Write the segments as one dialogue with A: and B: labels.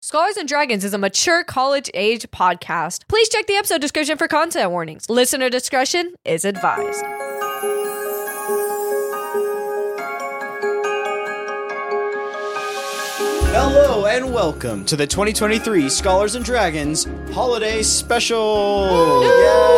A: Scholars and Dragons is a mature college age podcast. Please check the episode description for content warnings. Listener discretion is advised.
B: Hello and welcome to the 2023 Scholars and Dragons Holiday Special. Yeah,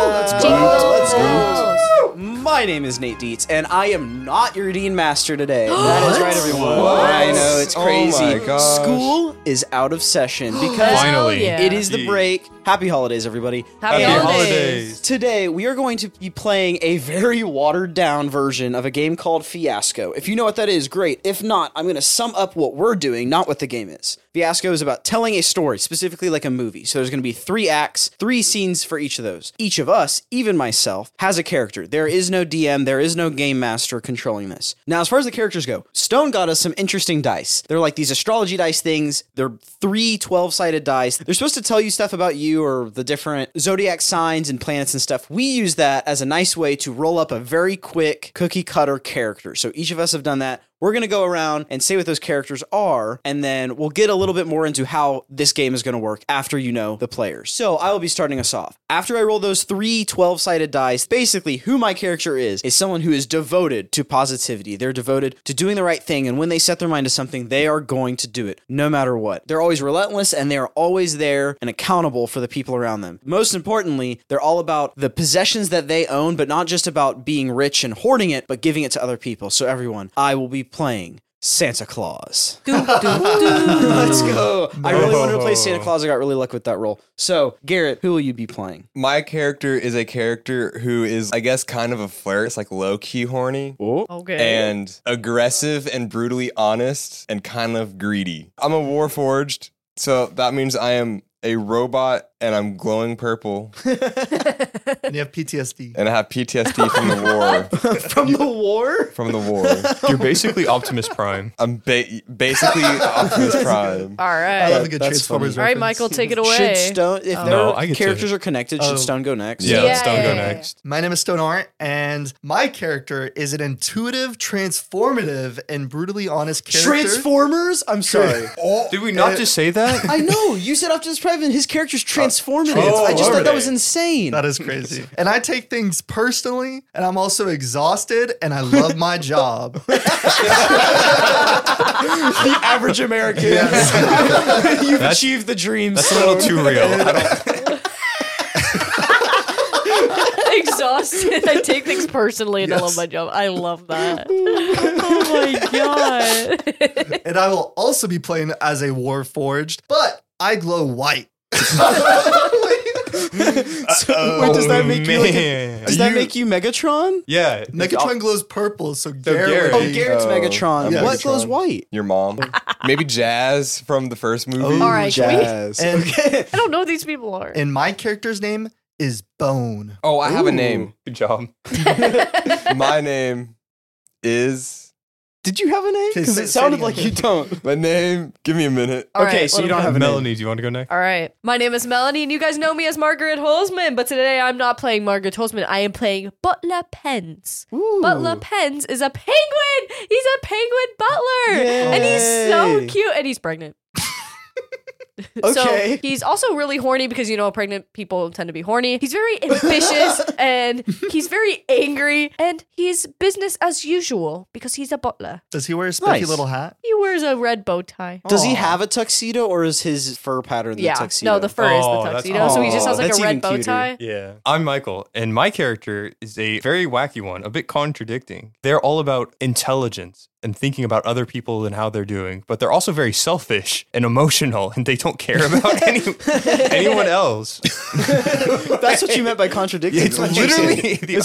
B: let's go.
A: Jingle
B: Let's
A: bells.
B: go. My name is Nate Dietz, and I am not your Dean Master today. that is right, everyone. I know, it's
C: Oh
B: crazy.
C: my gosh.
B: School is out of session because
A: Finally. yeah.
B: it is the break. Happy holidays, everybody.
A: Happy
C: Happy
A: holidays.
C: holidays.
B: Today, we are going to be playing a very watered down version of a game called Fiasco. If you know what that is, great. If not, I'm going to sum up what we're doing, not what the game is. Fiasco is about telling a story, specifically like a movie. So there's going to be three acts, three scenes for each of those. Each of us, even myself, has a character. There is no DM, there is no game master controlling this. Now, as far as the characters go, Stone got us some interesting dice. They're like these astrology dice things, they're three 12 sided dice. They're supposed to tell you stuff about you or the different zodiac signs and planets and stuff. We use that as a nice way to roll up a very quick cookie cutter character. So each of us have done that. We're going to go around and say what those characters are, and then we'll get a little bit more into how this game is going to work after you know the players. So I will be starting us off. After I roll those three 12 sided dice, basically who my character is, is someone who is devoted to positivity. They're devoted to doing the right thing, and when they set their mind to something, they are going to do it no matter what. They're always relentless and they are always there and accountable for the people around them. Most importantly, they're all about the possessions that they own, but not just about being rich and hoarding it, but giving it to other people. So, everyone, I will be playing Santa Claus. Let's go. I really wanted to play Santa Claus. I got really lucky with that role. So, Garrett, who will you be playing?
C: My character is a character who is, I guess, kind of a flirt. It's like low key horny
A: Okay.
C: and aggressive and brutally honest and kind of greedy. I'm a warforged, so that means I am a robot and I'm glowing purple
D: and you have PTSD.
C: and I have PTSD from the war.
B: From the war?
C: From the war,
E: You're basically Optimus Prime.
C: I'm ba- basically Optimus Prime.
A: All
D: I
A: right.
D: love a good
B: That's
D: Transformers
A: All right, Michael, take it away.
B: Should Stone, if their
E: No, I get to-
B: characters are connected, should
D: Oh.
B: Stone go next?
E: Yeah,
A: Oh. Yeah,
E: let's don't
A: yeah,
E: go
A: yeah, yeah.
E: next.
D: My name is Stone Art, and my character is an intuitive, transformative, and brutally honest character.
B: Transformers? I'm sorry.
E: Did we not
D: Uh,
E: just say that?
B: I know. You said after this private, his character's transformative.
E: Oh,
B: I just thought that was
E: alright.
B: insane.
D: that is crazy. and I take things personally, and I'm also exhausted, and I love my job.
B: the average American. You've
E: That's-
B: achieved the dream.
E: That's a little too real. I don't,
A: Exhausted. I take things personally and I love
D: Yes.
A: my job. I love that. oh my god.
D: and I will also be playing as a Warforged, but I glow white.
B: So, wait, does that make you? like a-
E: Oh, man.
B: does that make you Megatron?
E: yeah.
D: Megatron glows purple, so Garrett.
E: Garrett.
D: would
B: Oh,
D: be-
B: Garrett's
C: Oh,
B: Megatron.
C: I'm
B: What
C: Megatron.
B: glows white?
C: Your mom, maybe Jazz from the first
E: Oh,
C: movie.
A: All right, can we-
B: Jazz.
D: And-
B: Okay.
A: I don't know who these people are.
D: and my character's name is Bone.
C: Oh, I have
B: Ooh.
C: a name.
E: Good job.
C: My name is
B: Did you have a name? Because
D: Say-
B: it
D: say
B: sounded
D: it
B: like
D: again.
B: you don't.
C: my name. Give me a minute.
A: All
B: okay,
A: right,
B: so you
A: let
B: don't
A: them-
B: have a name.
E: Melanie, do you want to go next?
A: All right. My name is Melanie, and you guys know me as Margaret Holzman, but today I'm not playing Margaret Holzman. I am playing Butler Pence. Butler Pence is a penguin. He's a penguin butler. And he's so
B: Yay.
A: cute, and he's pregnant. So
B: Okay.
A: he's also really horny because you know pregnant people tend to be horny. He's very ambitious and he's very angry and he's business as usual because he's a butler.
D: Does he wear a spiffy
B: Nice.
D: little hat?
A: He wears a red bow tie.
B: Does he have a tuxedo or is his fur pattern Oh, the
A: yeah.
B: tuxedo?
A: No, the fur is
E: Oh,
A: the
E: that's-
A: tuxedo. So he just has
B: Aw,
A: like
B: that's
A: a red
B: even
A: bow
B: cuter.
A: tie.
E: Yeah. I'm Michael, and my character is a very wacky one, a bit contradicting. They're all about intelligence and thinking about other people and how they're doing, but they're also very selfish and emotional, and they don't care about any, anyone else.
B: That's what you meant by contradicting.
E: It's
B: That's
E: literally the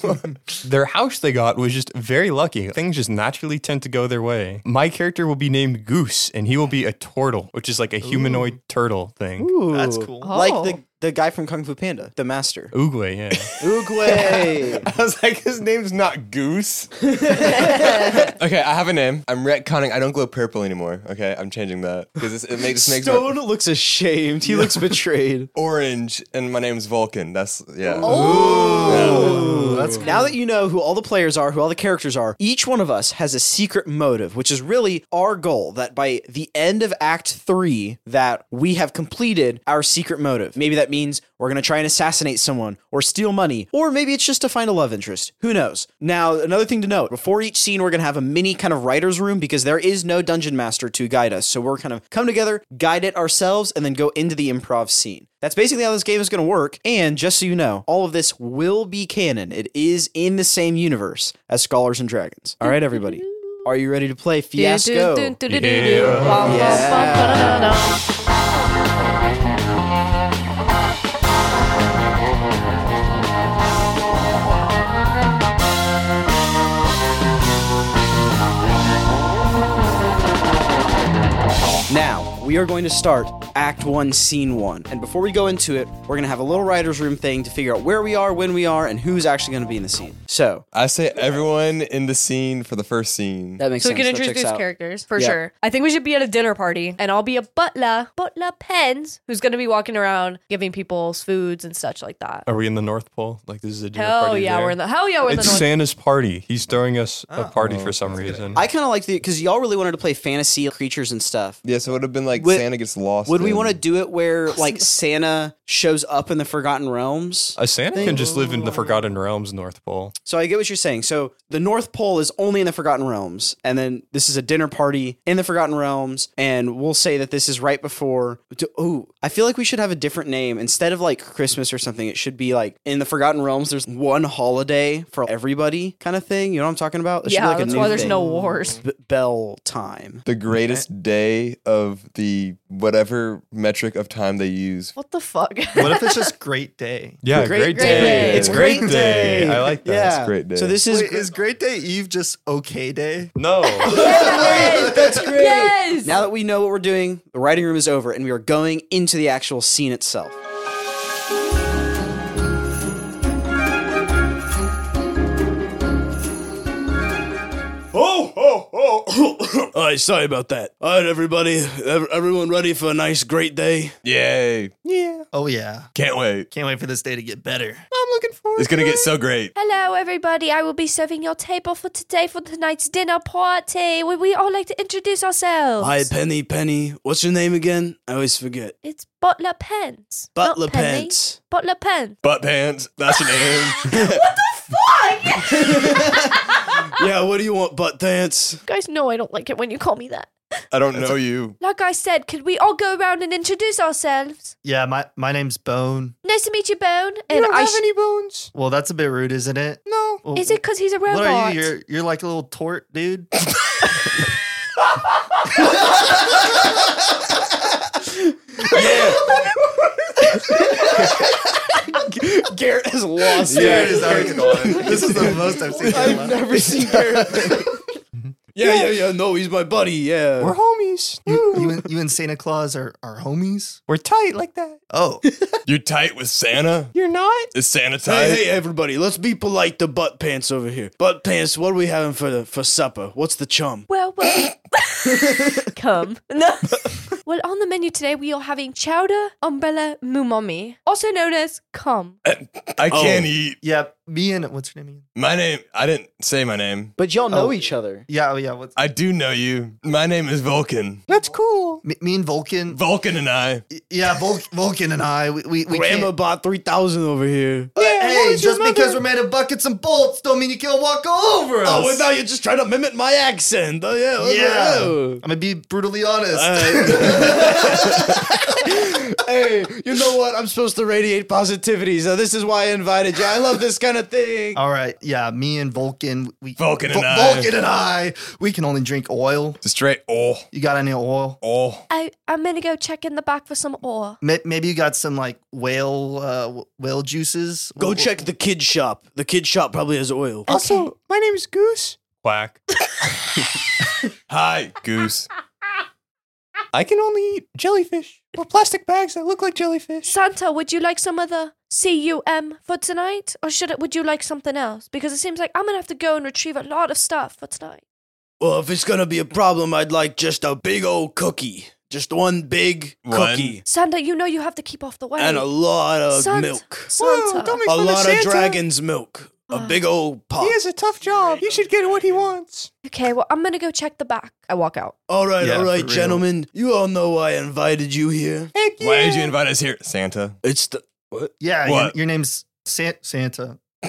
B: what
E: Their house they got was just very lucky. Things just naturally tend to go their way. My character will be named Goose, and he will be a turtle, which is like a humanoid turtle thing.
B: you said.
D: That's
B: Ooh.
D: cool.
A: Oh.
B: Like the, the guy from Kung Fu Panda, the master.
E: Oogway, yeah.
B: Oogway.
C: I was like, his name's not Goose. okay, I have a name. I'm retconning. I don't glow purple anymore. Okay, I'm changing that because it makes makes my-
B: Stone looks ashamed. He looks betrayed.
C: orange, and my name's Vulcan. That's yeah.
A: Oh,
D: Ooh, that's
B: Now that you know who all the players are, who all the characters are, each one of us has a secret motive, which is really our goal that by the end of act 3 that we have completed our secret motive. Maybe that means we're going to try and assassinate someone or steal money, or maybe it's just to find a love interest. Who knows? Now, another thing to note, before each scene we're going to have a mini kind of writer's room because there is no dungeon master to guide us. So we're kind of come together, guide it ourselves and then go into the improv scene. That's basically how this game is going to work. And just so you know, all of this will be canon. It is in the same universe as Scholars and Dragons. All right, everybody. Are you ready to play Fiasco? Now, we are going to start Act 1, Scene 1. And before we go into it, we're going to have a little writer's room thing to figure out where we are, when we are, and who's actually going to be in the scene. So,
C: I say everyone in the scene for the first scene.
B: that makes
A: So we
B: sense.
A: can
B: That
A: introduce
B: checks out.
A: characters for
B: Yeah.
A: sure. I think we should be at a dinner party, and I'll be a butler, butler Pens, who's going to be walking around giving people's foods and such like that.
E: Are we in the North Pole? Like this is a dinner
A: Hell
E: party
A: yeah,
E: there?
A: we're in the hell yeah, we're in
E: It's
A: the north. Oh.
E: Santa's party. He's throwing us a party for some reason.
B: I kind of like the, because y'all really wanted to play fantasy creatures and stuff.
C: Yeah, so it would have been like
B: Would-
C: Santa gets lost.
B: Would we want to
C: to?
B: do it where, like, Santa shows up in the Forgotten Realms?
E: a Santa can just live in the Forgotten Realms North Pole.
B: So I get what you're saying. So the North Pole is only in the Forgotten Realms, and then this is a dinner party in the Forgotten Realms, and we'll say that this is right before. Oh, I feel like we should have a different name instead of like Christmas or something. It should be like in the Forgotten Realms. There's one holiday for everybody, kind of thing. You know what I'm talking about? There should be,
A: Yeah,
B: like, a
A: that's
B: new
A: why there's
B: thing.
A: no wars.
B: B- bell time.
C: The greatest day of the whatever metric of time they use.
A: What the fuck?
D: what if it's just great day?
E: Yeah, great,
A: great day.
E: It's great day. I like that.
B: Yeah,
C: great day.
B: So this is
D: Wait, is great day Eve just okay day?
E: No.
B: That's great.
A: Yes!
B: Now that we know what we're doing, the writing room is over and we are going into the actual scene itself.
F: Oh, oh, oh. All right, sorry about that. All right, everybody. Ev- everyone ready for a nice, great day?
C: Yay.
D: Oh yeah.
C: Can't wait.
D: Can't wait for this day to get better.
C: It's going to get so great.
A: Hello, everybody. I will be serving your table for today for tonight's dinner party. Would we all like to introduce ourselves?
F: Hi, Penny, Penny. What's your name again? I always forget.
A: It's Butler Pence. Not
F: Butler
A: Penny.
F: Pence.
A: Butler Pence.
C: Butt pants. That's your name.
F: yeah, what do you want, butt dance?
A: You guys know I don't like it when you call me that.
C: I don't know you.
A: Like I said, could we all go around and introduce ourselves?
D: Yeah, my my name's Bone.
A: Nice to meet you, Bone. And I sh-
C: bones?
D: Well, that's a bit rude, isn't it? No.
A: Is it because he's a robot?
D: What are you? You're you're like a little tort dude.
B: Garrett has lost
C: Yeah.
B: it.
D: Is that what you call it? this is the most I've seen. in my
B: I've
D: life.
B: never seen Garrett.
F: Yeah, yeah, yeah. No, he's my buddy. Yeah.
E: homies.
D: You, you and, you and Santa Claus are, are homies.
E: We're tight like that.
D: Oh,
C: You tight with Santa?
E: You're not?
C: Is Santa tight?
F: Hey, hey, everybody. Let's be polite to butt pants over here. Butt pants. What are we having for the, for supper? What's the chum?
A: Well, well. Come. No. well, on the menu today, we are having chowder umbrella mumami, also known as cum.
C: I can't
F: Oh.
C: eat.
D: yeah. Me and what's your name? Again?
C: My name. I didn't say my name.
B: But y'all know
D: Oh.
B: each other.
D: Yeah. Oh, yeah. What's
C: I do know you. My name is Vulcan.
D: me, me and Vulcan?
C: Vulcan and I.
D: yeah, Vul- Vulcan and I. We we, we
F: Grandma
D: can't.
F: bought 3,000 over here.
D: Uh, hey, just because we're made of buckets and bolts, don't mean you can't walk all over us.
F: Oh, and now you're just trying to mimic my accent. Oh, yeah. what's
D: yeah.
F: up?
B: Oh.
D: I'm gonna be brutally honest.
F: hey, you know what? I'm supposed to radiate positivity, so this is why I invited you. I love this kind of thing.
D: all right. Yeah, me and Vulcan. We
C: Vulcan and
D: Vul-
C: I.
D: Vulcan and I. We can only drink oil.
C: Just straight. Oh,
D: You got any oil?
C: oh.
A: I, I'm going to go check in the back for some ore.
D: May- Maybe you got some like whale uh, whale juices.
F: Go check the kid shop. The kid shop probably has oil.
A: Also,
E: my name is Goose. Quack.
C: Hi, Goose.
E: I can only eat jellyfish or plastic bags that look like jellyfish.
A: Santa, would you like some other cum for tonight, or should it? Would you like something else? Because it seems like I'm gonna have to go and retrieve a lot of stuff for tonight.
F: Well, if it's gonna be a problem, I'd like just a big old cookie. Just one big
C: One?
F: cookie.
A: Santa, you know you have to keep off the way.
F: And a lot of
A: Santa,
F: milk.
A: Santa,
F: A lot of dragon's milk. a big old pot.
E: a tough job. He should get what he wants.
A: Okay, well, I'm gonna go check the back. I walk out.
F: All right,
E: Yeah,
F: all right,
E: for real.
F: gentlemen. You all know why I invited you here.
C: Why did you invite us here? Santa.
F: It's the what?
D: Yeah, your,
C: What?
D: your name's San- Santa.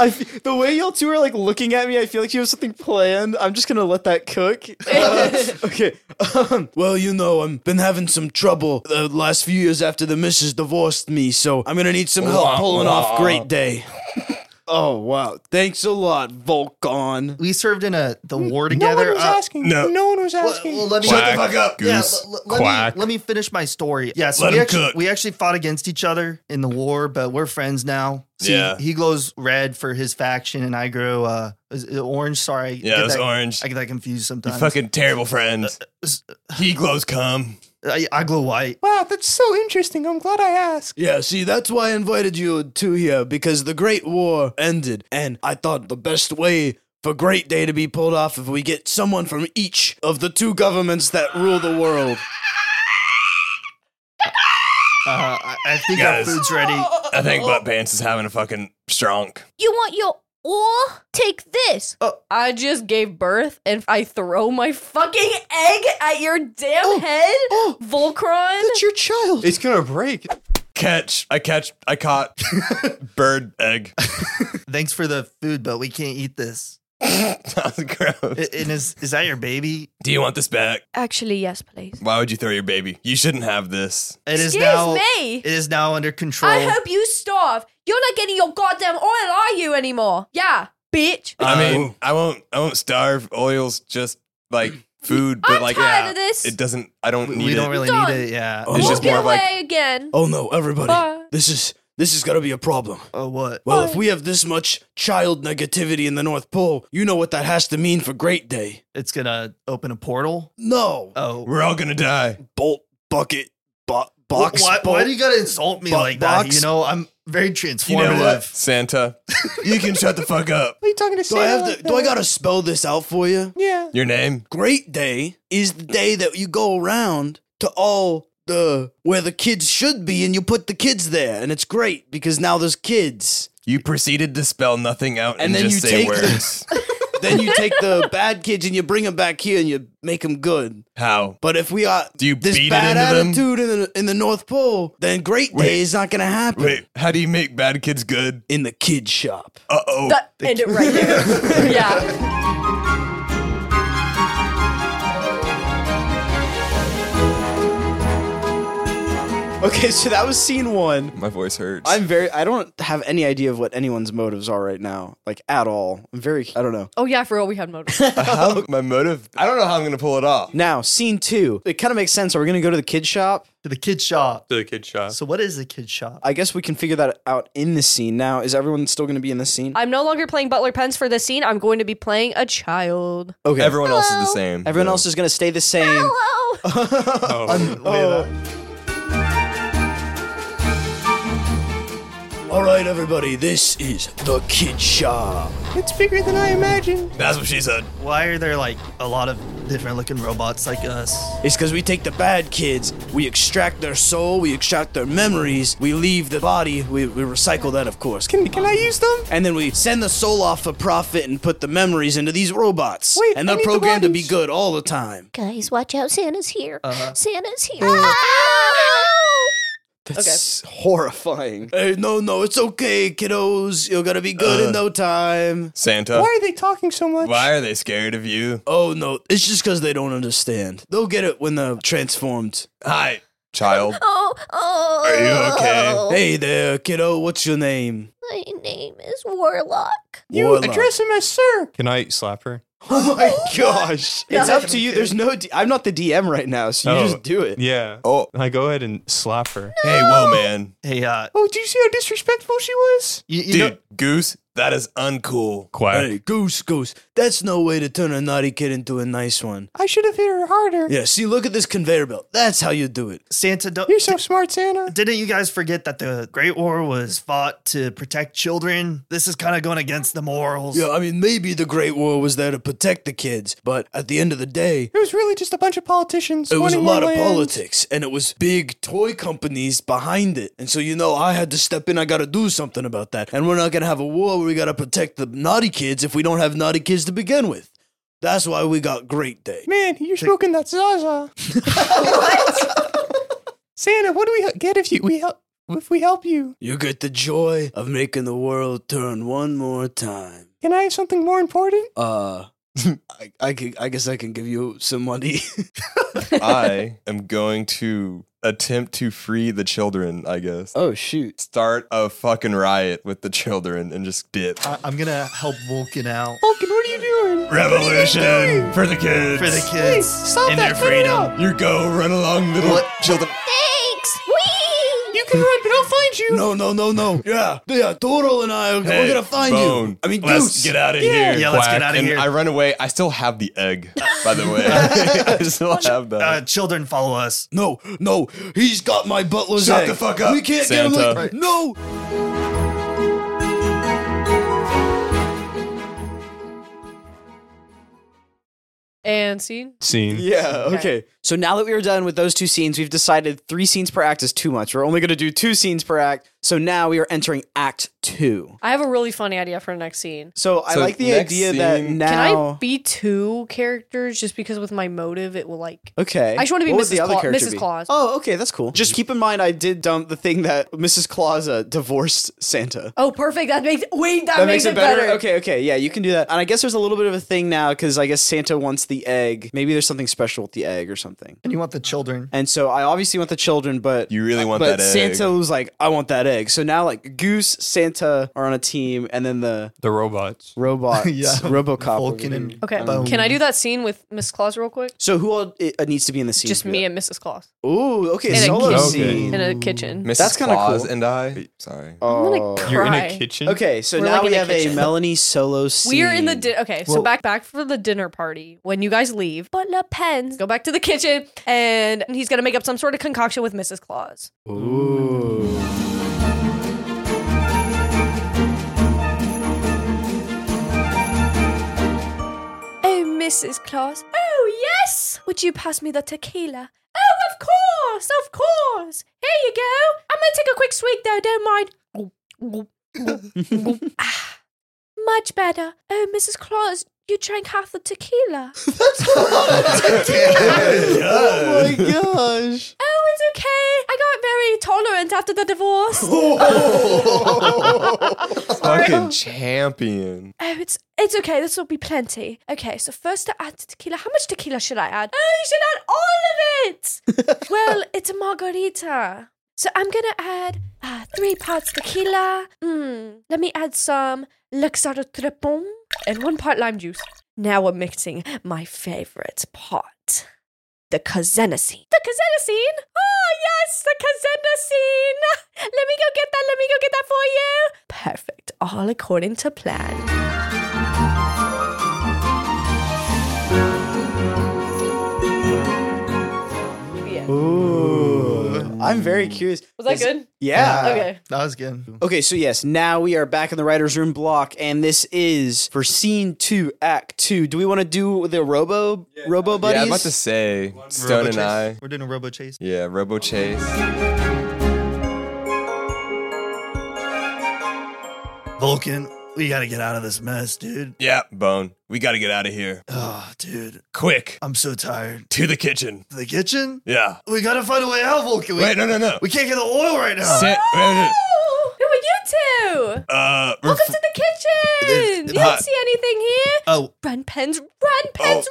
B: I f- the way y'all two are like looking at me, I feel like you have something planned. I'm just gonna let that cook. Uh, okay. Um,
F: Well, you know, I've been having some trouble the last few years after the missus divorced me, so I'm gonna need some help
C: Wah,
F: pulling
C: wah.
F: off Great Day.
B: oh wow.
F: Thanks a lot, Volcon.
D: We served in a the war together. Uh,
C: No. No one was
D: Well, well, let me
C: Shut the fuck up,
D: Yeah,
C: goose.
D: l- l- let,
E: Quack.
D: Me, let me finish my story. Yeah, so
F: Let
D: we
F: him
D: actually
F: cook.
D: we actually fought against each other in the war, but we're friends now. See,
C: Yeah.
D: he glows red for his faction, and I grow uh is it orange. Sorry, I
C: Yeah,
D: get
C: it was
D: that-
C: orange.
D: I get that confused
C: You
D: sometimes.
C: fucking terrible friends.
D: s-
C: He glows cum.
D: I, I glow white.
E: Wow, that's so interesting. I'm glad I asked.
F: Yeah, see, that's why I invited you two here, because the Great War ended, and I thought the best way for Great Day to be pulled off if we get someone from each of the two governments that rule the world.
D: Uh, I, I think
C: Guys.
D: our food's ready.
C: I think Butt Pants is having a fucking strong.
A: You want your or take this?
D: Oh.
A: Uh, I just gave birth and I throw my fucking egg at your damn head, Volcron.
B: That's your child.
E: It's gonna break.
C: Catch. I catch. I caught. Bird egg.
D: Thanks for the food, but we can't eat this.
C: that was gross.
D: I- And is is that your baby?
C: Do you want this back?
A: Actually, yes, please.
C: Why would you throw your baby? You shouldn't have this.
D: It is
A: Excuse
D: now.
A: me.
D: It is now under control.
A: I hope you starve. You're not getting your goddamn oil, are you anymore? Yeah, bitch.
C: I mean, I won't. I won't starve. Oil's just like food, but
A: I'm
C: like
A: tired
C: yeah,
A: of this.
C: It doesn't. I don't
D: we
C: need
D: we don't
C: it.
D: really
A: Done.
D: need it. Yeah.
F: Oh.
C: It's
A: Walk
C: just more
A: your
C: of like
A: way again.
F: Oh no, everybody,
A: Bye.
F: this is this is gonna be a problem.
D: Oh, what?
F: Well, if we have this much child negativity in the North Pole, you know what that has to mean for Great Day.
D: It's gonna open a portal.
F: No,
D: Oh,
C: we're all gonna die.
F: bolt bucket bo- box.
D: Why, why
F: bolt.
D: do you gotta insult me
F: Bo-
D: like that?
F: box?
D: You know, I'm very transformative.
C: You know what, Santa? You can shut the fuck up.
E: What are you talking to
F: do I have to? Do I gotta spell this out for you?
E: Yeah.
C: Your name?
F: Great Day is the day that you go around to all the where the kids should be, and you put the kids there, and it's great because now there's kids.
C: You proceeded to spell nothing out and,
F: And then
C: just
F: you
C: say
F: take the-
C: words.
F: then you take the bad kids and you bring them back here and you make them good.
C: How?
F: But if we got
C: Do you
F: this
C: beat it
F: bad
C: into them?
F: attitude in the, in the North Pole, then Great Day
C: Wait.
F: is not going to happen.
C: Wait, how do you make bad kids good?
F: In the kid shop.
C: Uh oh.
A: That- end it right there. yeah.
C: Oh.
B: Okay, so that was scene one.
C: My voice hurts.
B: I'm very. I don't have any idea of what anyone's motives are right now, like at all. I'm very. I don't know.
A: Oh yeah, for real, we had motors.
C: How- my motive. I don't know how I'm gonna pull it off.
B: Now, scene two. It kind of makes sense. Are we gonna go to the kid shop?
D: To the kid shop.
E: To the kid shop.
D: So what is the kid shop?
B: I guess we can figure that out in the scene. Now, is everyone still gonna be in this scene?
A: I'm no longer playing Butler Pence for this scene. I'm going to be playing a child.
B: Okay.
C: Everyone else is the same.
B: Everyone
C: so-
B: else is gonna stay the same.
A: Hello.
E: Oh.
F: All right, everybody, this is the kid shop.
C: That's what she said.
D: Why are there like a lot of different looking robots like us?
F: It's because we take the bad kids, we extract their soul, we extract their memories, we leave the body, we, we recycle that, of course. Can, can I use them? And then we send the soul off for profit and put the memories into these robots. Wait, and they're programmed to be good all the time.
G: Guys, watch out. Santa's here. Santa's here.
B: That's horrifying.
F: Hey, no, no, it's okay, kiddos. You're gonna be good
B: Uh.
F: in no time.
C: Santa.
E: Why are they talking so much?
C: Why are they scared of you?
F: Oh, no, it's just because they don't understand. They'll get it when they're transformed.
C: Hi, child.
G: Oh, oh.
C: Are you okay?
F: Hey there, kiddo, what's your name?
G: My name is Warlock.
F: You
E: him as sir. Can I slap her?
B: Oh my gosh. It's up to you. There's no. D- I'm not the DM right now, so you
E: Oh.
B: just do it.
E: Yeah.
C: Oh,
E: I go ahead and slap her.
C: hey, whoa, man.
D: Hey, uh,
E: Oh, do you see how disrespectful she was?
D: you, you
C: Dude,
D: know,
C: Goose, That is uncool.
E: Quack.
F: Hey, goose, goose. That's no way to turn a naughty kid into a nice one.
H: I should have hit her harder.
F: Yeah, see, look at this conveyor belt. That's how you do it.
D: Santa, don't,
H: You're so smart, Santa.
D: didn't you guys forget that the Great War was fought to protect children? This is kind of going against the morals.
F: Yeah, I mean, maybe the Great War was there to protect the kids, but at the end of the day,
H: It was really just a bunch of politicians.
F: it was a
H: wanting
F: lot
H: more
F: of
H: land.
F: politics, and it was big toy companies behind it. And so, you know, I had to step in. I got to do something about that. And we're not going to have a war where we got to protect the naughty kids if we don't have naughty kids to begin with. That's why we got Great Day.
H: Man, you're smoking that Zaza. what? Santa, what do we get if you we help if we help you?
F: You get the joy of making the world turn one more time.
H: Can I have something more important?
F: Uh, I, I, could, I guess I can give you some money.
C: I am going to attempt to free the children, I guess.
B: Oh shoot.
C: Start a fucking riot with the children and just dip.
D: I- I'm gonna help Vulcan out
H: Vulcan, what are you doing?
C: Revolution for the kids.
D: for the kids
H: Stop
D: and their
H: that! Cut it
D: freedom.
H: out.
C: You go run along, little children.
G: Thanks! Whee!
H: You can run, but I'll find you.
F: no, no, no, no. Yeah, yeah. Total and I, we're
C: Hey,
F: gonna find you.
C: Bone,
F: I mean,
C: let's
F: Goose.
C: get out of here.
D: Yeah, let's get
E: Quack.
D: out of
C: and
D: here.
C: I run away. I still have the egg, by the way. I still have that.
D: uh, children follow us.
F: No, no. He's got my butler's
C: Shut
F: egg.
C: the fuck up,
F: We can't get him.
C: Santa.
F: Like, No.
A: And scene.
E: Scene.
B: Yeah, okay.
A: Okay.
B: So now that we are done with those two scenes, we've decided three scenes per act is too much. We're only going to do two scenes per act. So now we are entering act two.
A: I have a really funny idea for the next scene.
B: So I
C: So
B: like the
C: next
B: idea that
C: scene-
B: now.
A: Can I be two characters just because with my motive it will like
B: Okay.
A: I just wanna be
B: What would
A: Mrs.
B: the other
A: Cla-
B: character
A: Mrs.
B: be?
A: Claus.
B: Oh, okay, that's cool. Just keep in mind, I did dump the thing that Mrs. Claus uh, divorced Santa.
A: Oh, perfect. That makes wait, that,
B: That makes it better. Okay, okay, yeah, you can do that. And I guess there's a little bit of a thing now because I guess Santa wants the egg. Maybe there's something special with the egg or something.
D: And you want the children.
B: And so I obviously want the children, but
C: You really want
B: but
C: that egg.
B: Santa was like, I want that egg. So now like Goose, Santa are on a team, and then the
E: The robots.
B: robots,
D: Yeah.
B: RoboCop. or
D: Vulcan and
A: Okay.
B: Um,
D: Bone.
A: Can I do that scene with Miss Claus real quick?
B: So who all it, uh, needs to be in the scene?
A: Just
B: for
A: me
B: that?
A: and Mrs. Claus
B: Ooh, okay,
A: And a
B: solo
A: kid.
B: scene.
A: in a kitchen.
C: Mrs.
B: That's kinda
C: Claus
B: cool.
C: and I. Sorry.
A: I'm
B: Oh.
A: gonna cry.
E: You're in a kitchen.
B: Okay, so
A: We're,
B: now
A: like,
B: we
A: in a
B: have a
A: kitchen.
B: Melanie solo scene.
A: We are in the di- okay. So
D: Well-
A: back back for the dinner party when you guys leave. But Le Pen's go back to the kitchen and he's gonna make up some sort of concoction with Mrs. Claus. Oh, Mrs. Claus. Oh yes. Would you pass me the tequila? Oh, of course, of course. Here you go. I'm gonna take a quick swig though. Don't mind. Ah, much better. Oh, Mrs. Claus, you drank half the tequila.
B: Oh my gosh.
A: Oh, it's okay. I got very tolerant after the divorce. oh,
C: Fucking champion.
A: Oh, it's it's okay. This will be plenty. Okay, so first to add to tequila. How much tequila should I add? Oh, you should add all of it. well, it's a margarita. So I'm gonna add uh, three parts tequila. Mm, let me add some Luxardo Trepon and one part lime juice. Now we're mixing my favorite part. the Kazenacine. The Kazenacine? Oh, yes, the Kazenacine. Let me go get that. Let me go get that for you. Perfect. All according to plan.
B: I'm very curious.
A: Was that good?
B: Yeah.
A: Okay.
D: That was good.
B: Okay, so yes, now we are back in the writer's room block, and this is for scene two, act two. Do we want to do the Robo Robo Buddies?
C: Yeah, I'm about to say Stone and I.
D: We're doing a robo chase.
C: Yeah, Robo Chase.
D: Vulcan, we gotta get out of this mess, dude.
C: Yeah, Bone. We gotta get out of here.
D: Oh, dude,
C: Quick.
D: I'm so tired.
C: To the kitchen.
D: The kitchen?
C: Yeah.
D: We gotta find a way out, Vulcan. We,
C: Wait, no, no, no.
D: we can't get the oil right now.
C: Sit. wait,
A: Oh, who are you two?
C: wait. Uh, we're
A: Welcome to the kitchen.
D: It's-
A: You don't
C: uh,
A: see anything here.
D: Oh,
A: Run, Pens. Run, Pens.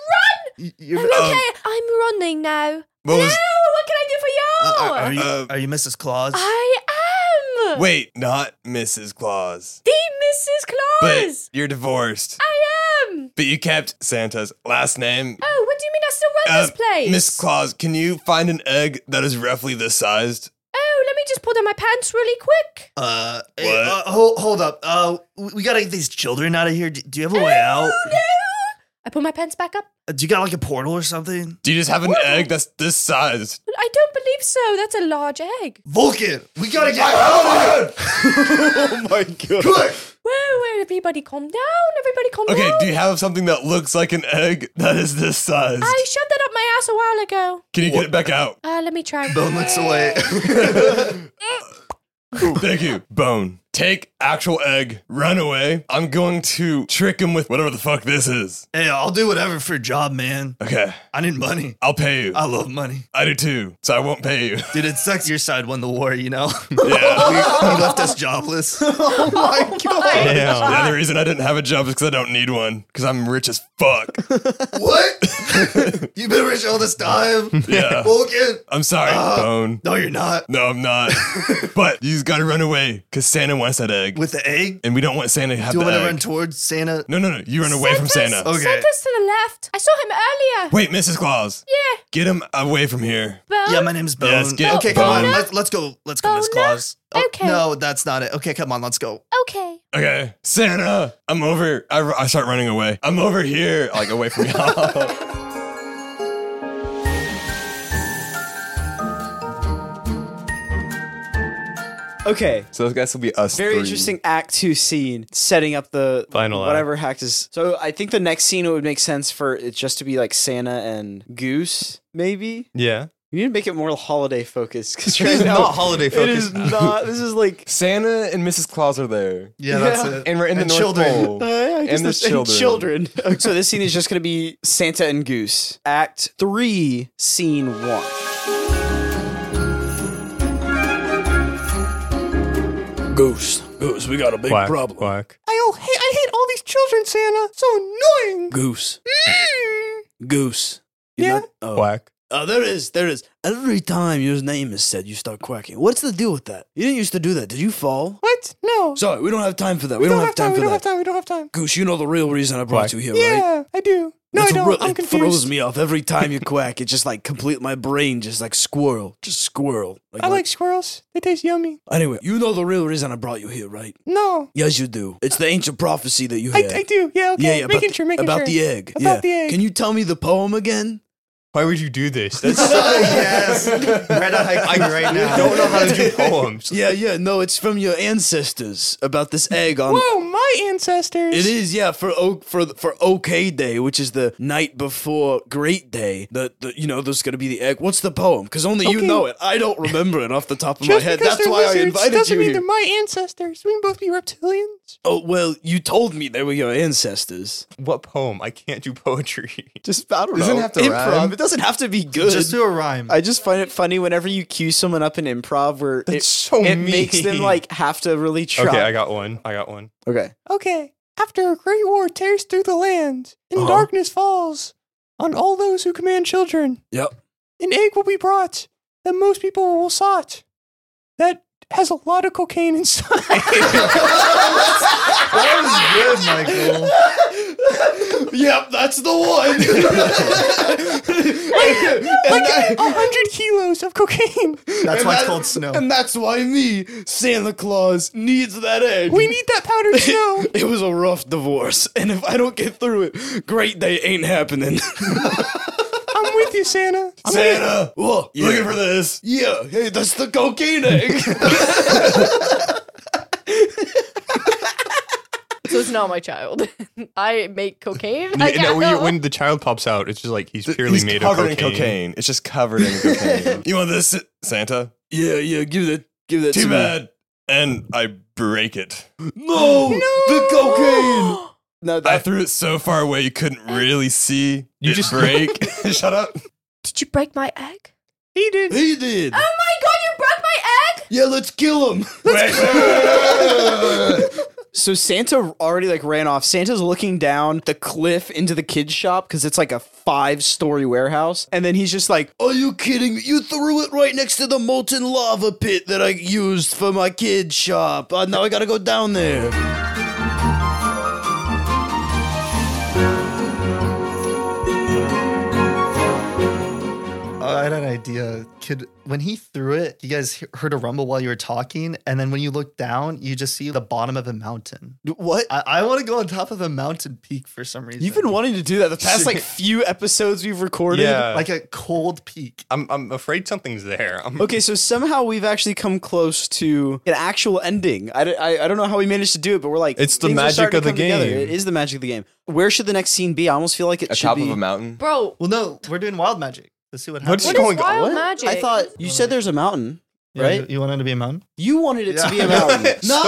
D: y-
A: Run.
D: you're.
A: I'm
D: uh,
A: okay. I'm running now.
C: what was-
A: Oh, what can I do for you?
D: are, are you
C: Uh,
D: are you Mrs. Claus?
A: I am
C: Wait, not Mrs. Claus.
A: the Mrs. Claus.
C: But you're divorced.
A: I am.
C: But you kept Santa's last name.
A: Oh, what do you mean I still run
C: Uh,
A: this place?
C: Miss Claus, can you find an egg that is roughly this sized?
A: Oh, let me just pull down my pants really quick.
D: Uh, hey, uh, hold, hold up. Uh, we, we gotta get these children out of here. Do, do you have a
A: Uh,
D: way out?
A: Oh, I put my pants back up.
D: Uh, Do you got like a portal or something?
C: Do you just have an egg that's this size?
A: But I don't believe so. That's a large egg.
D: Vulcan, we gotta get out of here. oh my god!
A: Whoa, whoa, everybody calm down. Everybody calm
C: Okay,
A: down.
C: do you have something that looks like an egg that is this size?
A: I shoved that up my ass a while ago.
C: Can you get it back out?
A: Uh, let me try.
D: Bone looks away.
C: Thank you. Bone. Take actual egg, run away. I'm going to trick him with whatever the fuck this is.
D: hey, I'll do whatever for a job, man.
C: Okay,
D: I need money.
C: I'll pay you.
D: I love money,
C: I do too, so I won't pay you.
D: dude. It sucks your side won the war, you know.
C: yeah.
D: you left us jobless. oh my god!
E: Damn.
C: The other reason I didn't have a job is because I don't need one, because I'm rich as fuck.
D: What? You've been rich all this time,
C: Yeah.
D: Vulcan?
C: I'm sorry,
D: Uh.
C: Bone.
D: No, you're not.
C: No, I'm not. but you just gotta run away, because Santa wants that egg.
D: With the egg?
C: and we don't want Santa to have
D: Do you
C: the
D: want to
C: egg.
D: run Oh. towards Santa?
C: no, no, no. You run away from Santa.
D: Okay.
A: Santa's to the left. I saw him earlier.
C: Wait, Mrs. Claus.
A: Yeah,
C: Get him away from here.
A: Bone.
D: Yeah, my name's Bone.
C: Yes, get
D: okay, come on.
C: Bona.
D: Let's, let's go. Let's go, Miss
A: Bona?
D: Claus. Oh,
A: Okay.
D: No, that's not it. Okay, come on. Let's go.
A: okay.
C: Okay, Santa, I'm over. I, I start running away. I'm over here, like away from y'all.
B: Okay.
C: so I guess will be us.
B: Very
C: three.
B: interesting act two scene setting up the
E: Final act.
B: whatever hack is. So I think the next scene it would make sense for it just to be like Santa and Goose, maybe.
E: Yeah.
B: You need to make it more holiday focused because
E: This
B: right
E: is
B: now
E: not holiday
B: it is
E: focused.
B: not. This is like
C: Santa and Mrs. Claus are there,
D: Yeah,
B: that's
D: that's
B: Yeah. Uh,
D: it.
C: and we're in the North
D: children.
C: Pole.
B: I guess
C: And
B: there's
C: there's
B: children. so this scene is just going to be Santa and Goose. Act three, scene one.
F: Goose, Goose, we got a big
E: Quack,
F: problem.
E: quack.
H: Oh, hey, I hate all these children, Santa. So annoying.
F: Goose, Goose. You
E: Yeah.
F: not- oh.
E: Quack.
F: Oh, there is, there is. Every time your name is said, you start quacking. What's the deal with that? You didn't used to do that. Did you fall?
H: What? No.
F: Sorry, we don't have time for that. We, don't, have time,
H: We
F: for
H: don't
F: that.
H: have time. We don't have time.
F: Goose, you know the real reason I brought
E: Quack.
F: you here, right?
H: Yeah, I do. No,
F: That's
H: I
F: what
H: don't.
F: real-
H: I'm
F: it throws
H: confused.
F: me off every time you quack. It just like complete my brain just like squirrel, just squirrel.
H: I
F: what-
H: like squirrels. They taste yummy.
F: anyway. You know the real reason I brought you here, right?
H: No,
F: Yes, you do. It's the ancient prophecy that you
H: I,
F: had.
H: I do. Yeah, okay.
F: Yeah, yeah,
H: making
F: about,
H: sure, making
F: about
H: sure.
F: the egg.
H: About
F: yeah.
H: the egg.
F: Can you tell me the poem again?
E: Why would you do this? That's
D: Oh, yes. Right on hiking right now.
E: I don't know how to do poems.
F: Yeah, yeah. No, it's from your ancestors about this egg on.
H: Whoa, my ancestors.
F: It is, yeah, for O- for for OK Day, which is the night before Great Day. The, the you know there's gonna be the egg. What's the poem? Because only you
H: Okay.
F: know it. I don't remember it off the top of my
H: Just
F: head.
H: because
F: That's
H: they're
F: why I
H: lizards
F: invited
H: doesn't
F: you
H: mean
F: here.
H: they're my ancestors. We can both be reptilians.
F: Oh well, you told me they were your ancestors.
E: What poem? I can't do poetry.
B: just I don't
C: Doesn't
B: know.
C: have to
B: improv.
C: rhyme.
B: It doesn't have to be good.
D: Just do a rhyme.
B: I just find it funny whenever you cue someone up in improv where it,
E: so
B: it makes them
E: mean.
B: like have to really try.
E: Okay, I got one. I got one.
B: okay.
H: Okay. After a great war tears through the land, and
E: Uh-huh.
H: darkness falls on all those who command children,
F: Yep.
H: an egg will be brought that most people will sought. That has a lot of cocaine inside.
D: that was good, Michael.
F: Yep, that's the one.
H: like a hundred kilos of cocaine.
D: That's why it's called snow.
F: And that's why me, Santa Claus, needs that egg.
H: We need that powdered snow.
F: it was a rough divorce, and if I don't get through it, great day ain't happening.
H: I'm with you, Santa. I'm gonna-
F: Santa, whoa, looking for this? Yeah, hey, that's the cocaine egg.
A: So it's not my child. I make cocaine. I
E: Yeah,
A: got
E: no, when, you-
A: that
E: when the child pops out, it's just like he's purely
C: He's
E: made of
C: covered
E: cocaine.
C: in cocaine. It's just covered in cocaine. you want this, Santa?
F: yeah, yeah, give that, give that.
C: Too
F: to me.
C: bad. And I break it.
F: No, the cocaine.
B: No,
C: I
B: that,
C: threw it so far away you couldn't really see.
E: You
C: You
E: just-
C: just break. Shut up.
A: Did you break my egg?
H: He did.
F: He did.
A: Oh my god, you broke my egg!
F: Yeah, let's kill him.
B: so Santa already like ran off. Santa's looking down the cliff into the kid's shop because it's like a five story warehouse, and then he's just like,
F: Are you kidding me? You threw it right next to the molten lava pit that I used for my kid shop. Uh, now I gotta go down there.
D: I had an idea. Kid, when he threw it, you guys he- heard a rumble while you were talking, and then when you look down, you just see the bottom of a mountain.
B: What?
D: I, I want to go on top of a mountain peak for some reason.
B: You've been wanting to do that the past like few episodes we've recorded.
E: Yeah.
D: like a cold peak.
E: I'm, I'm afraid something's there. I'm,
B: Okay, so somehow we've actually come close to an actual ending. I, I, I don't know how we managed to do it, but we're like,
E: It's the
B: things are
E: magic
B: starting
E: of
B: to
E: the
B: come together.
E: game.
B: It is the magic of the game. Where should the next scene be? I almost feel like it should
C: top
B: be.
C: of a mountain.
A: Bro,
D: Well, no, we're doing wild magic. Let's see what happens.
E: What is
A: what
E: going
A: is wild
B: What?
A: magic?
B: I thought you said there's a mountain.
D: Yeah,
B: right?
D: You, you want it to be a mountain?
B: You wanted it to
D: Yeah.
B: be a mountain.
D: No,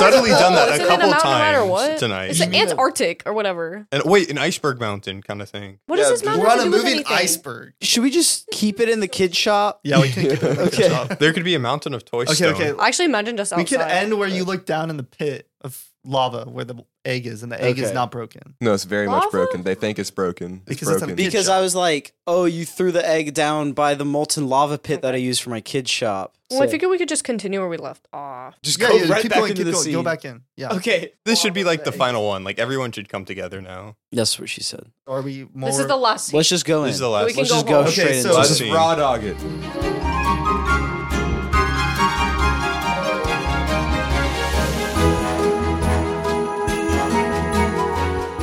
E: suddenly done that
A: Isn't it
E: a
A: a
E: couple
A: mountain no matter
E: times
A: what?
E: tonight.
A: It's the Antarctic or whatever.
E: and wait, an iceberg mountain kind of thing.
A: What does this mountain
D: We're
A: have
D: on
A: to
D: a
A: do with
D: moving
A: anything?
D: iceberg.
B: should we just keep it in the kid shop?
D: Yeah, we can keep it.
B: Okay.
E: There could be a mountain of toy
D: Okay,
E: stone.
D: okay.
A: I actually imagine just outside.
D: We could end where you look down in the pit of lava where the egg is, and the egg is
B: Okay.
D: not broken.
C: No, it's very
A: Lava?
C: much broken. They think it's broken. It's
D: Because it's a
C: broken.
D: big-
B: Because
D: shop.
B: I was like, oh, you threw the egg down by the molten lava pit that I use for my kid shop.
A: Well, I
B: Sick.
A: figure we could just continue where we left off.
B: just
D: yeah,
B: go
D: yeah,
B: right
D: keep
B: back
D: going,
B: into
D: keep
B: the
D: going.
B: scene.
D: Go back in. Yeah.
B: Okay,
E: This should be like the final one. Like everyone should come together now.
B: that's what she said.
D: Are we more?
A: This is the last scene.
B: Let's just go in.
E: This is the
A: We
E: last.
A: can
B: Let's
A: go
B: just go
A: home.
B: straight
D: Okay,
B: in.
D: so-
B: Let's
E: Let's
B: just-
E: see.
C: raw dog it.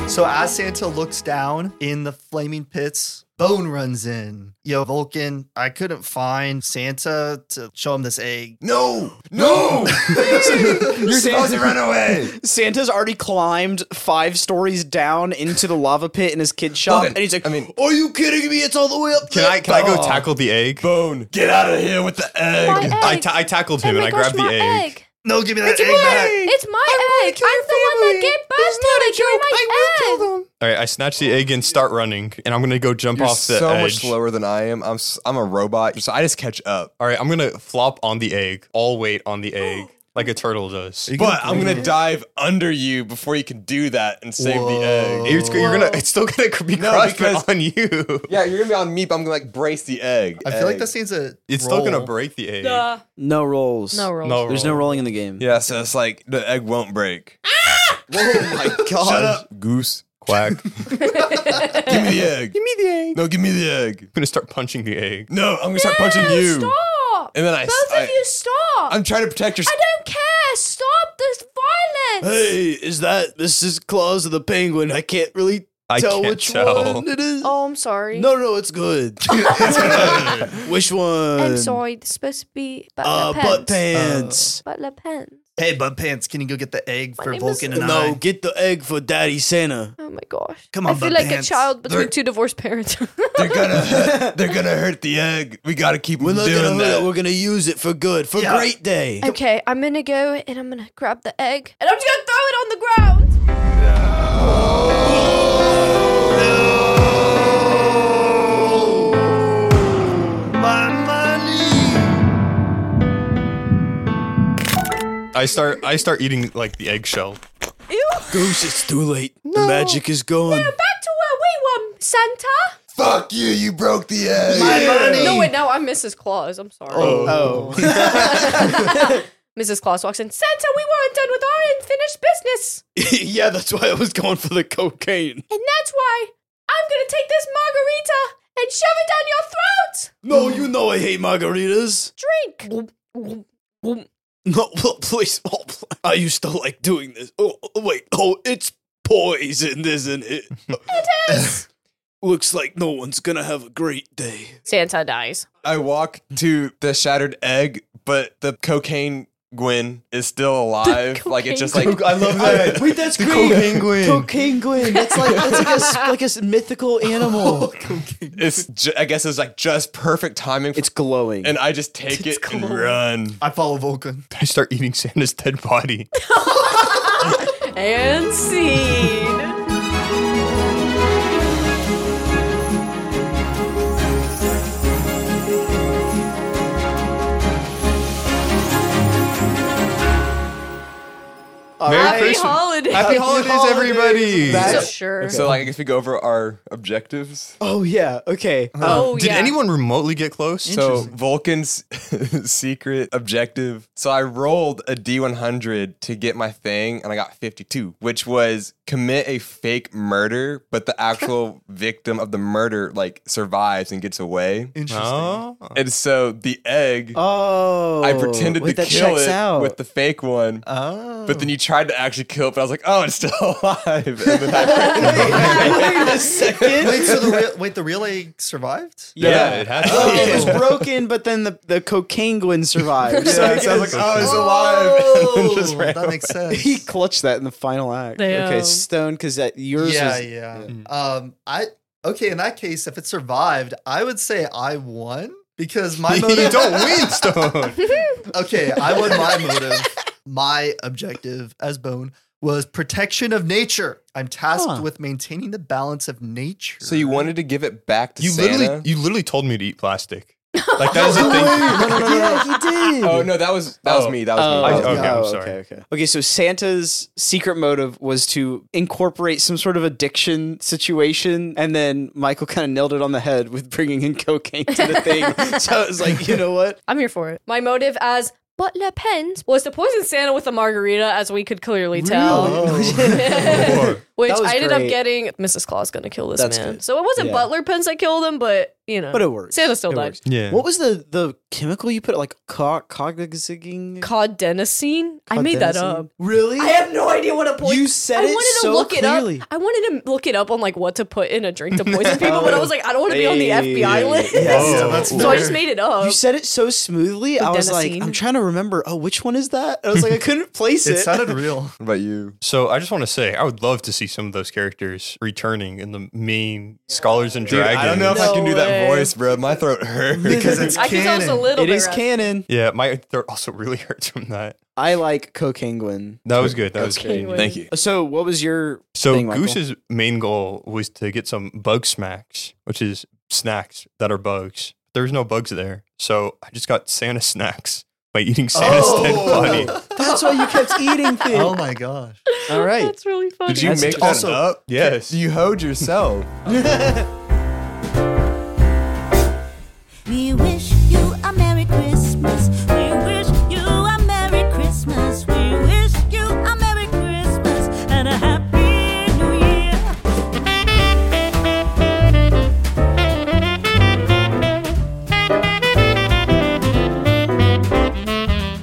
D: So as Santa looks down in the flaming pits, Bone runs in. Yo, Vulcan, I couldn't find Santa to show him this egg.
C: No, no, you're supposed to run away.
B: Santa's already climbed five stories down into the lava pit in his kid shop,
C: Logan,
B: and he's like,
C: I mean-
B: "Are you kidding me? It's all the way up."
E: Can
B: there."
E: I can I go
C: Aw.
E: tackle the egg?
C: Bone, get out of here with the egg.
A: My egg.
E: I, ta- I tackled
A: Oh
E: him and I grabbed the egg.
D: No, give me that egg back.
A: It's my egg. I'm the one that gave birth to it. You're my egg.
E: All right, I snatch the egg and start running, and I'm gonna go jump
C: You're
E: off the
C: so
E: edge.
C: much slower than I am. I'm s- I'm a robot, so I just catch up.
E: All right, I'm gonna flop on the egg, all weight on the egg, like a turtle does.
C: But I'm gonna dive under you before you can do that and save the egg.
E: It's, you're gonna, it's still gonna be
C: No,
E: crushed
C: because-
E: on you.
C: Yeah, you're gonna be on me, but I'm gonna like brace the egg.
D: I feel like
C: Egg.
D: this needs a.
E: It's
D: roll.
E: still gonna break the egg.
B: No rolls.
A: No rolls.
E: No,
B: There's no rolling in the game.
C: Yeah, so it's like the egg won't break. oh my god! Shut up, goose.
E: Quack. I'm
C: Give me the egg. Give me the egg. No, give me the egg.
E: gonna start punching the egg.
C: No, I'm gonna start punching
A: No,
C: you.
A: Stop.
C: And then I-
A: Both
C: I-
A: of you stop.
C: I'm trying to protect your.
A: I don't care. Stop this violence.
B: Hey, is that this is Claws of the Penguin? I can't really
E: I
B: tell
E: can't
B: which
E: tell.
B: one it is.
A: Oh, I'm sorry.
B: No, no, it's good. Which one?
A: I'm sorry. It's supposed to be Butler
B: Uh,
A: Pens.
B: butt pants.
A: Butler Pens.
D: Hey, Bud Pants, can you go get the egg for
A: name
D: Vulcan
A: is-
D: and I?
B: no, get the egg for Daddy Santa.
A: Oh my gosh.
D: Come
A: I
D: on,
A: feel
D: Bud
A: like
D: Pants.
A: a child between
C: They're-
A: two divorced parents.
C: They're gonna. They're gonna hurt the egg. We gotta keep
B: We're
C: them
B: not gonna
C: doing
B: hurt
C: that.
B: it. We're gonna use it for good, for
D: Yeah.
B: great day.
A: okay, I'm gonna go and I'm gonna grab the egg and I'm just gonna throw it on the ground.
E: I start, I start eating like the eggshell.
A: Ew.
B: Goose, it's too late. The magic is gone.
A: Back to where we were, Santa.
C: Fuck you! You broke the egg.
A: No, wait, now I'm Mrs. Claus. I'm sorry.
B: Oh.
A: Mrs. Claus walks in. Santa, we weren't done with our unfinished business.
B: yeah, that's why I was going for the cocaine.
A: And that's why I'm going to take this margarita and shove it down your throat.
B: No, you know I hate margaritas.
A: Drink.
B: No, well, please. Oh, pl- I used to like doing this. Oh, oh, wait. Oh, it's poison, isn't it? it is. Looks like no one's gonna have a great day.
A: Santa dies.
C: I walk to the shattered egg, but the cocaine Gwen is still alive. like it's just like
A: cocaine
C: I love that.
B: Wait, that's the
C: cocaine Gwen.
B: Cocaine Gwen. That's like that's like a, s- like a s- mythical animal.
C: It's ju- I guess it's like just perfect timing. for-
B: glowing.
C: and I just take it and run.
D: I follow Vulcan.
E: I start eating Santa's dead body.
A: And scene.
E: Merry
A: Happy
E: Christmas.
A: holidays.
E: Happy holidays, everybody.
A: So
B: That's-
A: sure.
C: So like, I guess we go over our objectives.
B: Oh yeah. Okay.
A: oh
E: Did
A: yeah.
E: anyone remotely get close?
C: So Vulcan's secret objective. So I rolled a D100 to get my thing, and I got 52, which was commit a fake murder, but the actual victim of the murder like survives and gets away.
D: Interesting.
E: Oh.
C: And so the egg,
B: oh.
C: I pretended
B: wait,
C: to
B: that
C: kill
B: checks
C: it
B: out.
C: with the fake one.
D: Oh.
C: But then you tried to actually kill it, but I was like, oh, it's still alive. And then I
B: Wait a second.
D: wait, so the real, wait, the real egg survived?
E: Yeah, it had to.
B: Oh,
E: be.
B: it was broken, but then the the cocaine survived.
C: so it sounds like, oh, it's alive. And then
B: Oh,
C: just ran
D: that makes sense.
B: he clutched that in the final act. Okay,
A: Damn.
B: Stone, because that yours
D: yeah,
B: was
D: yeah.
E: Mm.
D: Um, I okay. In that case, if it survived, I would say I won because my
E: you
D: motive.
E: don't win, Stone.
D: okay, I won my motive. My objective as Bone was protection of nature. I'm tasked
B: Huh.
D: with maintaining the balance of nature.
C: So you wanted to give it back to
E: You
C: Santa?
E: literally, you literally told me to eat plastic. Like that is a thing.
B: yeah, he did.
C: Oh no, that was that was
E: Oh.
C: me. That was
E: I-
C: me. That was me.
E: okay, I'm
B: oh,
E: sorry.
B: Okay, okay. Okay, so Santa's secret motive was to incorporate some sort of addiction situation, and then Michael kind of nailed it on the head with bringing in cocaine to the thing. so it was like, you know what?
A: I'm here for it. My motive as Butler Pens was to poison Santa with a margarita, as we could clearly tell. Which
B: Oh. That was
A: I ended
B: great.
A: up getting. Mrs. Claus gonna kill this
B: That's
A: man.
B: good.
A: So it wasn't
B: Yeah.
A: Butler Pens that killed him, but you know,
B: But it works.
A: Santa still
B: It
A: died.
B: works.
E: Yeah.
B: What was the the chemical you put? Like co- cognizing?
A: Codenosine. I made that up.
B: Cognizing? Really?
A: I have no idea what a poison.
B: You said
A: I
B: it
A: wanted to
B: so
A: look
B: clearly.
A: it up. I wanted to look it up on like what to put in a drink to poison people, but I was like, I don't want to be on the
B: Hey.
A: FBI list,
E: Oh,
B: Yes.
D: Yeah, that's
A: so I
D: fair.
A: just made it up.
B: You said it so smoothly. I was like,
A: adenosine.
B: I'm trying to remember. Oh, which one is that? I was like, I couldn't place
D: it
B: it.
D: sounded real.
C: What about you?
E: So I just want to say, I would love to see some of those characters returning in the main Scholars and
C: Dude,
E: Dragons.
C: I don't know if I
A: No
C: can do that
A: way.
C: voice, bro. My throat hurts.
D: Because it's
A: I can tell it's a
D: canon.
A: little
B: it
A: bit.
B: is
A: rough.
B: canon.
E: Yeah, my throat also really hurts from that.
B: I like Cocanguin.
E: That was good. That was
A: Okay,
E: good.
A: wait.
C: Thank you.
B: So, what was your
E: So
B: thing, Michael?
E: Goose's main goal was to get some bug smacks, which is snacks that are bugs. There was no bugs there, so I just got Santa snacks by eating Santa's dead body.
B: That's why you kept eating things.
D: Oh my gosh.
B: All right.
A: That's really funny.
C: Did you
B: That's
C: make
B: good.
C: that
D: Also-
C: up?
E: Yes.
C: You hoed yourself.
G: We wish you a Merry Christmas. We wish you a Merry Christmas. We wish you a Merry Christmas and a Happy New Year.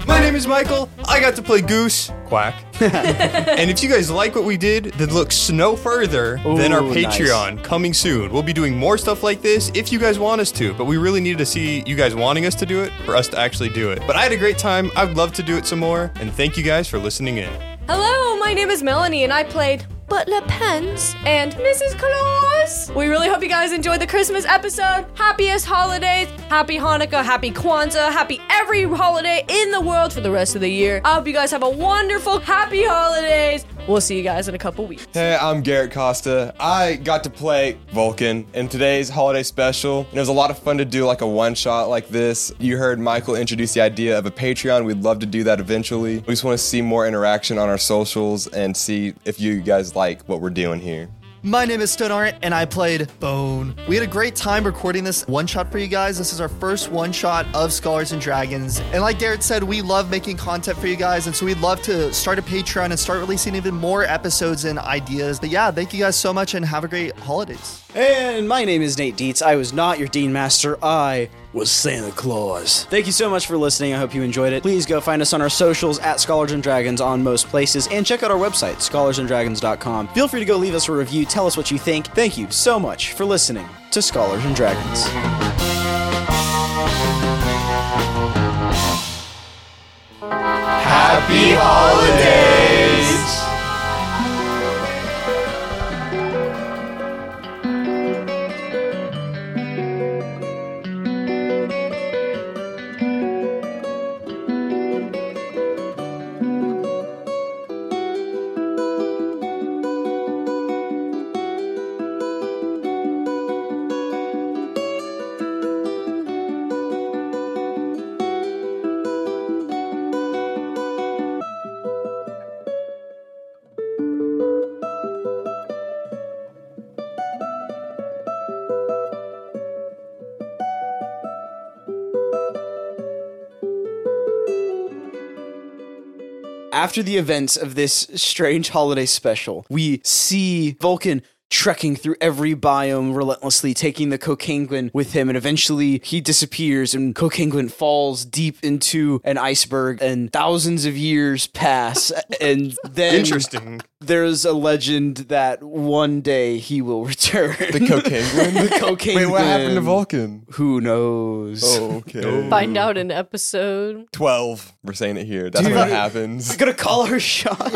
E: My name is Michael. I got to play Goose. Quack. and if you guys like what we did, then look no further than our
B: Ooh, nice.
E: Patreon coming soon. We'll be doing more stuff like this if you guys want us to, but we really needed to see you guys wanting us to do it for us to actually do it. But I had a great time. I'd love to do it some more. And thank you guys for listening in.
A: Hello, my name is Melanie, and I played Butler Pence and Mrs. Claus. We really hope you guys enjoyed the Christmas episode. Happiest holidays, happy Hanukkah, happy Kwanzaa, happy every holiday in the world for the rest of the year. I hope you guys have a wonderful, happy holidays. We'll see you guys in a couple weeks.
C: hey, I'm Garrett Costa. I got to play Vulcan in today's holiday special, and it was a lot of fun to do like a one shot like this. You heard Michael introduce the idea of a Patreon. We'd love to do that eventually. We just want to see more interaction on our socials and see if you guys like what we're doing here.
D: My name is Stone Art, and I played Bone. We had a great time recording this one shot for you guys. This is our first one shot of Scholars and Dragons. And like Garrett said, we love making content for you guys. And so we'd love to start a Patreon and start releasing even more episodes and ideas. But yeah, thank you guys so much and have a great holidays.
B: And my name is Nate Dietz. I was not your Dean Master. I
F: Was Santa Claus.
B: Thank you so much for listening. I hope you enjoyed it. Please go find us on our socials at Scholars and Dragons on most places and check out our website, scholarsanddragons.com. Feel free to go leave us a review, tell us what you think. Thank you so much for listening to Scholars and Dragons.
C: Happy holidays!
B: After the events of this strange holiday special, we see Vulcan trekking through every biome relentlessly, taking the Kokanguin with him, and eventually he disappears, and Kokanguin falls deep into an iceberg, and thousands of years pass, and then
E: Interesting.
B: there's a legend that one day he will return.
C: The cocaine.
B: the Kokanguin.
C: Wait, what happened to Vulcan? Oh.
B: Who knows?
C: Okay.
B: Hmm.
A: Find out in episode.
C: 12. We're saying it here. That's what happens.
B: I'm gonna call her shot.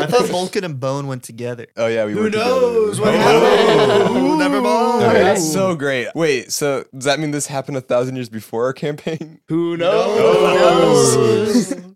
D: I thought Vulcan and Bone went together.
C: Oh, yeah, we Who
B: knows what
D: Never mind.
C: Okay, that's so great. Wait, so does that mean this happened a thousand years before our campaign?
B: Who knows?